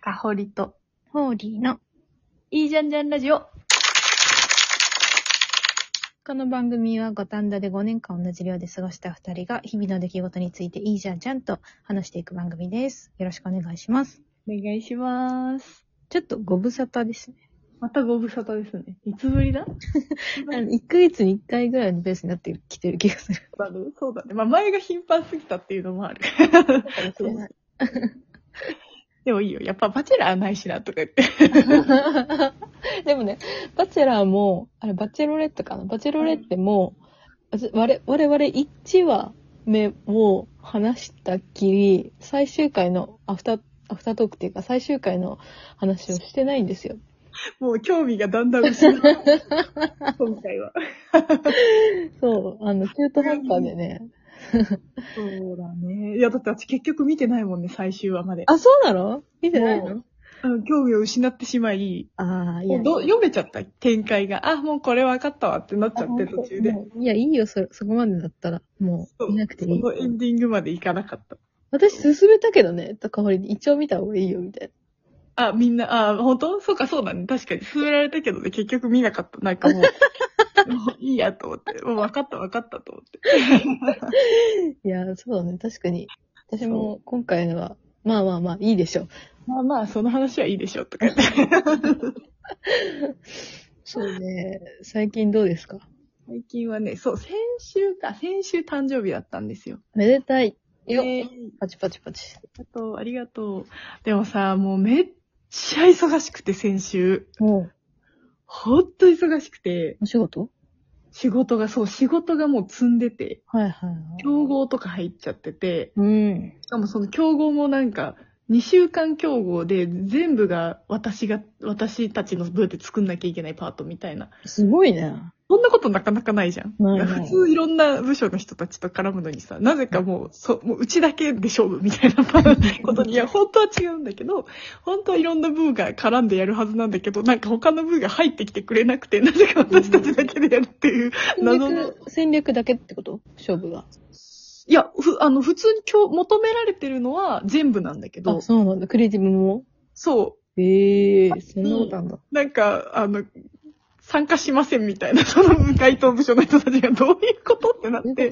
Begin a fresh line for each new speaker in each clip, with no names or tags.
かほりと、
ホーリーの、いいじゃんじゃんラジオ。この番組は五反田で5年間同じ寮で過ごした2人が日々の出来事についていいじゃんじゃんと話していく番組です。よろしくお願いします。
お願いします。
ちょっとご無沙汰ですね。
またご無沙汰ですね。いつぶりだ
あの1ヶ月に1回ぐらいのペースになってきてる気がする。
だろうそうだね。まあ前が頻繁すぎたっていうのもある。 でもいいよ。やっぱバチェラーないしなとか言って。
でもね、バチェラーも、あれ、バチェロレットかなバチェロレットも、我我々1話目を話したっきり、最終回のアフター、アフタートークっていうか最終回の話をしてないんですよ。
もう興味がだんだん 失われてる今回は。
そう、あの、中途半端でね。
そうだね。いや、だって私結局見てないもんね、最終話まで。
あ、そうなの見てない
も
の
うん興味を失ってしまい、
ああ、い
も
や
う。ど読めちゃった展開が。あ、もうこれ分かったわってなっちゃって途中で。
もういや、いいよ、そ、そこまでだったら。も、
そうう
見なくていい
そ。のエンディングまでいかなかった。
私、勧めたけどね、とか、俺、一応見た方がいいよ、みたいな。
あ、みんな、あ、本当そうか、そうだね。確かに。勧められたけどね、結局見なかった。なんかもう、もういいやと思って。もう分かった、分かったと思っ
い
て。
や、そうだね。確かに。私も今回のは、まあまあまあ、いいでしょう。
まあまあ、その話はいいでしょ、とか言って。
そうね。最近どうですか
最近はね、そう、先週か、先週誕生日だったんですよ。
めでたい。よっ、
えー
パチパチパチ。
ありがとう、ありがとう。でもさ、もうめっちゃ忙しくて、先週。
もう、
ほんと忙しくて、
お仕事
仕事が、そう、仕事がもう積んでて、
はいはいはい。
競合とか入っちゃってて、
うん。
しかもその競合もなんか、2週間競合で全部が私が、私たちのブーで作んなきゃいけないパートみたいな。
すごいね。
そんなことなかなかないじゃん。
ないない
普通いろんな部署の人たちと絡むのにさ、なぜかもう、そもううちだけで勝負みたいなこ とに、いや、本当は違うんだけど、本当はいろんな部が絡んでやるはずなんだけど、なんか他の部が入ってきてくれなくて、なぜか私たちだけでやるっていう
戦
謎の。
略、戦略だけってこと勝負が。
いや、ふ、あの、普通に今日求められてるのは全部なんだけど
あ、、そうなんだ。クリエイティブも
そう、
ええそんなことなんだ。
なんか、あの、参加しませんみたいな、 その該当部署の人たちがどういうことって なって、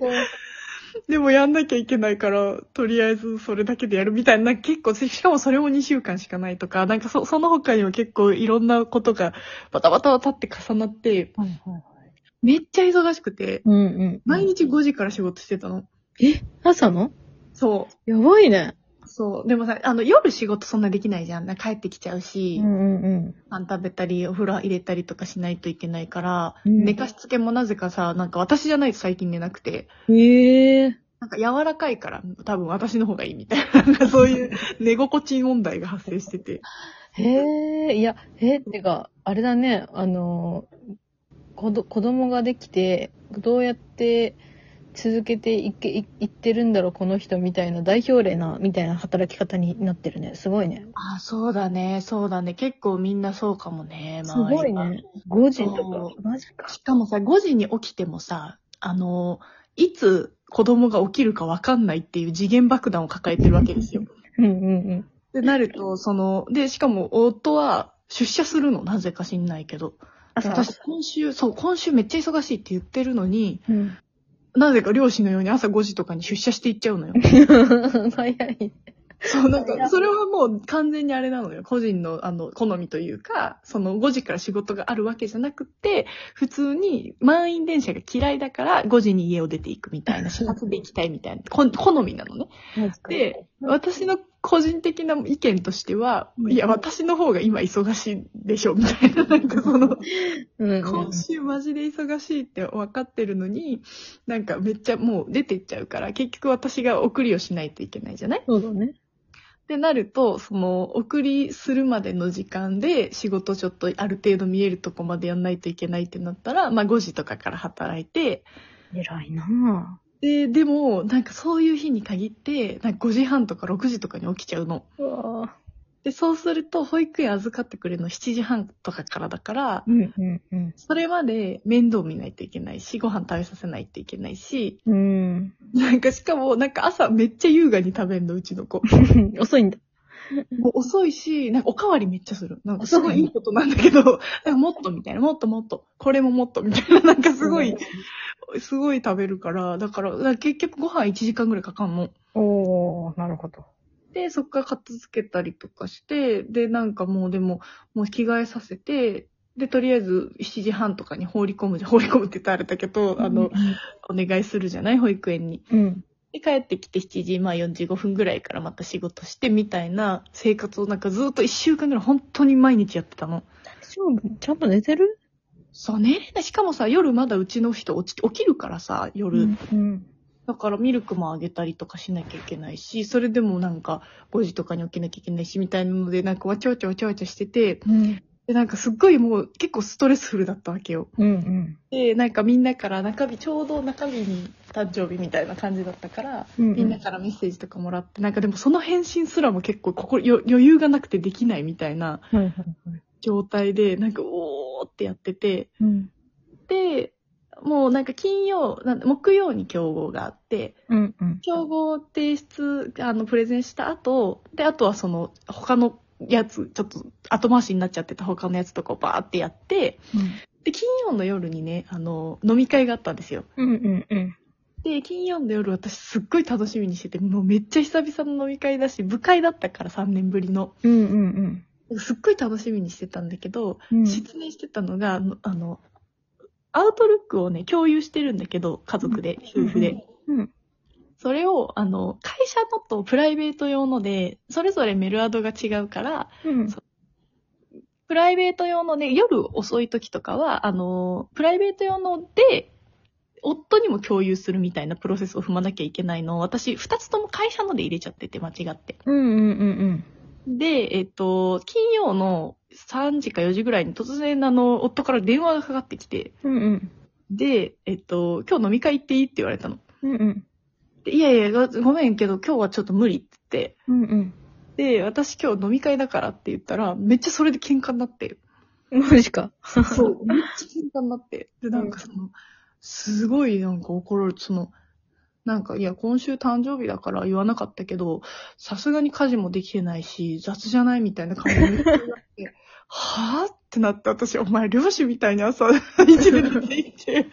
でもやんなきゃいけないから、とりあえずそれだけでやるみたいな、なんか結構、しかもそれも2週間しかないとか、なんかそその他にも結構いろんなことがバタバタバタって重なって、
はいはいはい。
めっちゃ忙しくて、
うんうん。
毎日5時から仕事してたの。
え、朝の
そ
やばいね。
う。そう。でもさ、あの、夜仕事そんなできないじゃん。なんか帰ってきちゃうし、
んうん
パン食べたり、お風呂入れたりとかしないといけないから、
うん
寝かしつけもなぜかさ、なんか私じゃないと最近寝なくて、
うん。ええ
なんか柔らかいから、多分私の方がいいみたいな、なんかそう いう寝心地問題が発生してて。
へえ、いや、へえ、ってか、あれだね、あのー、子ど子供ができて、どうやって続けていけいいってるんだろう、この人みたいな、代表例な、みたいな働き方になってるね。すごいね。
ああ、そうだね、そうだね。結構みんなそうかもね、
すごいね。5時と
そ
か、マジか。
しかもさ、5時に起きてもさ、あの、いつ子供が起きるかわかんないっていう次元爆弾を抱えてるわけですよ。
うんうん
ってなると、その、で、しかも夫は出社するの、なぜか知んないけど。
朝
私、今週、そう、今週めっちゃ忙しいって言ってるのに、
うん。 うん。
なぜか両親のように朝5時とかに出社していっちゃ うのよ。
早い。
そう、なん
早
か、
い
それはもう完全にあれなのよ。個人の、あの、好みというか、その5時から仕事があるわけじゃなくて、普通に満員電車が嫌いだから5時に家を出ていくみたいな、始発で行きたいみたいな、こ好みなのね。
マジか
で、私の個人的な意見としては、
うん
いや、私の方が今忙しいでしょ、みたいな、なんかその、
うんうん、
今週マジで忙しいって分かってるのに、なんかめっちゃもう出てっちゃうから、結局私が送りをしないといけないじゃない
そうだね。
ってなると、その、送りするまでの時間で仕事ちょっとある程度見えるとこまでやんないといけないってなったら、まあ5時とかから働いて、
偉いな
で、でも、なんかそういう日に限って、なんか5時半とか6時とかに起きちゃうの。
ぁ。うわ
で、そうすると、保育園預かってくれるの7時半とかからだから、
うんうんうん。
それまで面倒見ないといけないし、ご飯食べさせないといけないし、
うん。
なんかしかも、なんか朝めっちゃ優雅に食べんの、うちの子。
遅いんだ。
もう遅いし、なんかおかわりめっちゃする。なんかすごいいいことなんだけど、なんかもっとみたいな、もっともっと、これももっとみたいな、なんかすごい、すごい食べるから、だから、だから結局ご飯1時間ぐらいかかんの。
おー、なるほど。
で、そっから片付けたりとかして、で、なんかもうでも、もう着替えさせて、で、とりあえず7時半とかに放り込むじゃ、放り込むって言ったらあれだけど、あの、、お願いするじゃない保育園に。
うん。
で、帰ってきて7時、まあ45分ぐらいからまた仕事してみたいな生活をなんかずっと1週間ぐらい本当に毎日やってたの。
大丈夫ちゃんと寝てる
そうね。でしかもさ、夜まだうちの人落ち起きるからさ、夜。
うん。
だからミルクもあげたりとかしなきゃいけないし、それでもなんか5時とかに起きなきゃいけないしみたいなので、なんかわちゃわちゃわちゃわちゃしてて、
うん。
で、なんかすっごいもう結構ストレスフルだったわけよ。
うん。うん。
で、なんかみんなから中日、ちょうど中日に誕生日みたいな感じだったから、
うん
みんなからメッセージとかもらって、なんかでもその返信すらも結構心よ余裕がなくてできないみたいな
はいはいはい。
状態で、なんかおーってやってて、
うん。
で、もうなんか金曜、なん木曜に競合があって、
うん。うん。
競合提出、あの、プレゼンした後、で、あとはその、他のやつ、ちょっと後回しになっちゃってた他のやつとかをバーってやって、で、金曜の夜にね、あの、飲み会があったんですよ。
うん。うん。うん。
で、金曜の夜私すっごい楽しみにしてて、もうめっちゃ久々の飲み会だし、部会だったから3年ぶりの。
うん。うん。
すっごい楽しみにしてたんだけど、
うん。
失念してたのが、あのあの、アウトルックをね、共有してるんだけど、家族で、夫婦で。
うん。
それを、あの、会社のとプライベート用ので、それぞれメルアドが違うから、
うん。
プライベート用のね、夜遅い時とかは、あの、プライベート用ので、夫にも共有するみたいなプロセスを踏まなきゃいけないのを、私、二つとも会社ので入れちゃってて、間違って。
うん。うん。うん。
で、えっと、金曜の3時か4時ぐらいに突然、あの、夫から電話がかかってきて、
うん。うん。
で、えっと、今日飲み会行っていいって言われたの。
うん。うん。
でいやいやご、ごめんけど今日はちょっと無理って言って、
うん。うん。
で、私今日飲み会だからって言ったら、めっちゃそれで喧嘩になって。
マジか。
そう。めっちゃ喧嘩になって。で、なんかその、すごいなんか怒られて、その、なんか、いや、今週誕生日だから言わなかったけど、さすがに家事もできてないし、雑じゃないみたいな感じで言ってはぁってなって、私、お前、漁師みたいに朝 一で出て行って、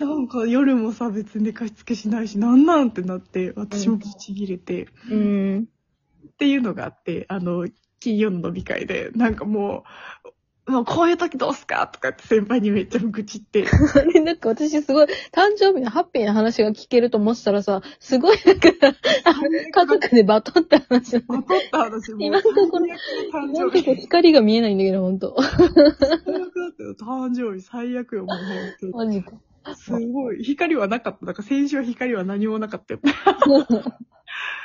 なんか夜もさ、別に寝かしつけしないし、なんなんってなって、私もブチ切れて、
うん。
っていうのがあって、あの、金曜の飲み会で、なんかもう、もうこういう時どうすかとかって先輩にめっちゃ愚痴 って。
で、なんか私すごい、誕生日のハッピーな話が聞けると思ってたらさ、すごいなんか、家族でバトった話なんだ
まとった話も。
今のところな
誕
ん
生
かこう
日。
光が見えないんだけど、ほんと。
最悪だったよ。誕生日最悪よ、もう本
マジか。
当に。すごい。光はなかった。だから先週は光は何もなかっ たよ。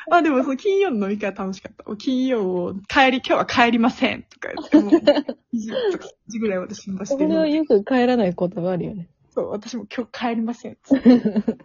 まあでもその金曜の飲み会は楽しかった。金曜を帰り、今日は帰りませんとか言って、もう2時とか3時ぐらいまで死 んだし
そ
て
れ
も
は
う、
よく帰らないことがあるよね。
そう、私も今日帰り ませんっつって。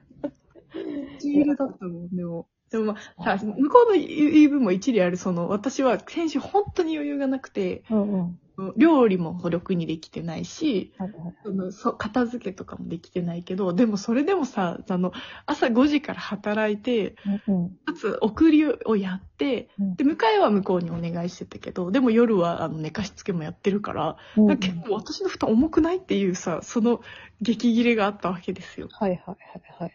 一流だったもん、でも。でもまあ、さ向こうの言い分も一理ある、その、私は先週本当に余裕がなくて、
うんうん。
料理もほどくにできてないし、
はいはい
そのそ片付けとかもできてないけど、でもそれでもさ、あの、朝5時から働いて、
うん
かつ送りをやって、
うん
で、迎えは向こうにお願いしてたけど、でも夜はあの寝かしつけもやってるから、
うん
なんか結構私の負担重くないっていうさ、その激切れがあったわけですよ。
はいはいはいはい。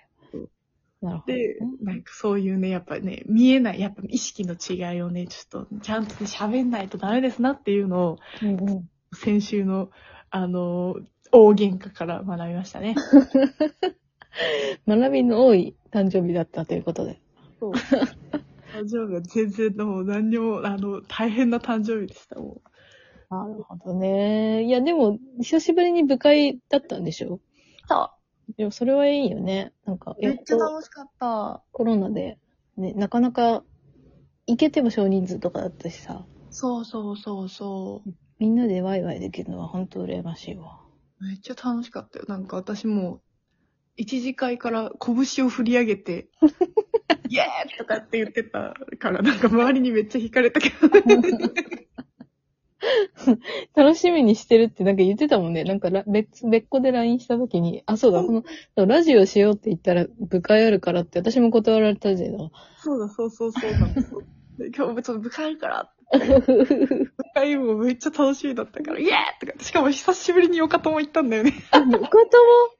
なるほどね。
で、なんかそういうね、やっぱね、見えない、やっぱ意識の違いをね、ちょっとちゃんとね喋んないとダメですなっていうのを、
うんうん
先週の、あのー、大喧嘩から学びましたね。
学びの多い誕生日だったということで。
誕生日は全然、もう何にも、あの、大変な誕生日でした、もう。
なるほどね。いや、でも、久しぶりに部会だったんでしょ
そ
でも、それはいいよね。なんか、やっと
しかった。
コロナで、ね、なかなか、行けても少人数とかだったしさ、
そうそうそうそう。
みんなでワイワイできるのは本当羨ましいわ。
めっちゃ楽しかったよ。なんか私も、一次会から拳を振り上げ て、イエーイとかって言ってたから、なんか周りにめっちゃ惹かれたけど、
楽しみにしてるってなんか言ってたもんね。なんかラ別、別個で LINE した時に、あ、そうだ、この、そうラジオしようって言ったら部会あるからって私も断られたじゃん。
そうだ、そうそうそうなんです。で今日もちょっと部会あるから。部会もめっちゃ楽しみだったから、イエーイとか、しかも久しぶりによかとも行ったんだよね。
あ、よかと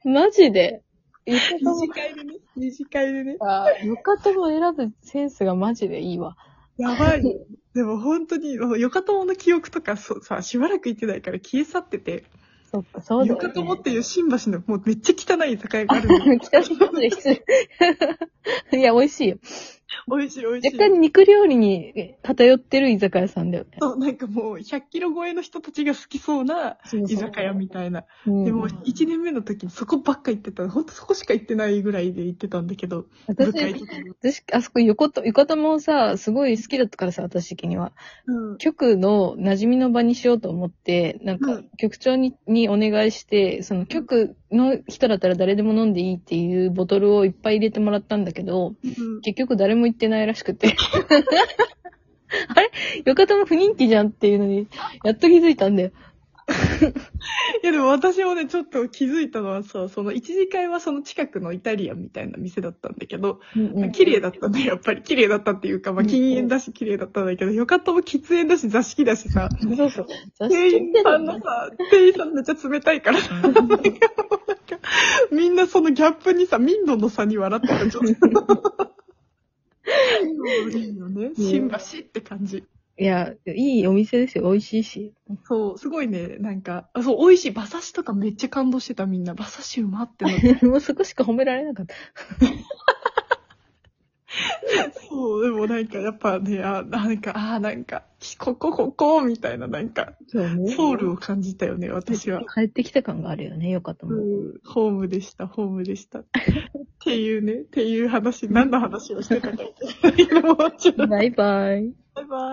もマジで。よかとも
会でね。二次会でね。
あよかとも選ぶセンスがマジでいいわ。
やばいよ。でも本当に、よかともの記憶とかそさ、しばらく行ってないから消え去ってて、
そっか、そうだ
よ
よ、ね。
かともっていう新橋のもうめっちゃ汚い居酒屋がある の。
北の方で失 礼。いや、美味しいよ。
美味しい美味しい。
若干肉料理に偏ってる居酒屋さんだよね。
そう、なんかもう100キロ超えの人たちが好きそうな
そう
居
そう
酒屋みたいな。
うん
でも1年目の時にそこばっか行ってた。ほんとそこしか行ってないぐらいで行ってたんだけど。部会
私、
とかも
私、あそこ横と、横田もさ、すごい好きだったからさ、私的には。
うん。
局の馴染みの場にしようと思って、なん
う
か
ん、
局長に,、にお願いして、その局の人だったら誰でも飲んでいいっていうボトルをいっぱい入れてもらったんだけど、
うん
結局誰も行ってないらしくて。 あれよかとも不人気じゃんっていうのに、やっと気づいたんだよ。
いやでも私もね、ちょっと気づいたのはさ、その一次会はその近くのイタリアンみたいな店だったんだけど、綺麗だったね、やっぱり。綺麗だったっていうか、まあ、
うん
禁煙だし綺麗だったんだけど、よかったも喫煙だし座敷だしさ、
そうそう。雑誌
店員
って
さ
の
んの
も
さ、 店員さんめっちゃ冷たい からさ、なんかみんなそのギャップにさ、民度の差に笑ってた、ちょっと。いいよね。新橋って感じ。
いや、いいお店ですよ。美味しいし。
そう、すごいね、なんか、あそう、美味しい。馬刺しとかめっちゃ感動してた、みんな。馬刺しうまってなって。
もうそこしか褒められなかった。
そう、でもなんか、やっぱね、あ、なんか、あ、なんか、ここ、ここ、みたいな、なんか、
そうね
ソウルを感じたよね、私は。
帰ってきた感があるよね。よかったもん。
うんホームでした、ホームでした。っていうね、っていう話、何の話をしてたか。今もうちょっと。
バイバイ。
バイバイ。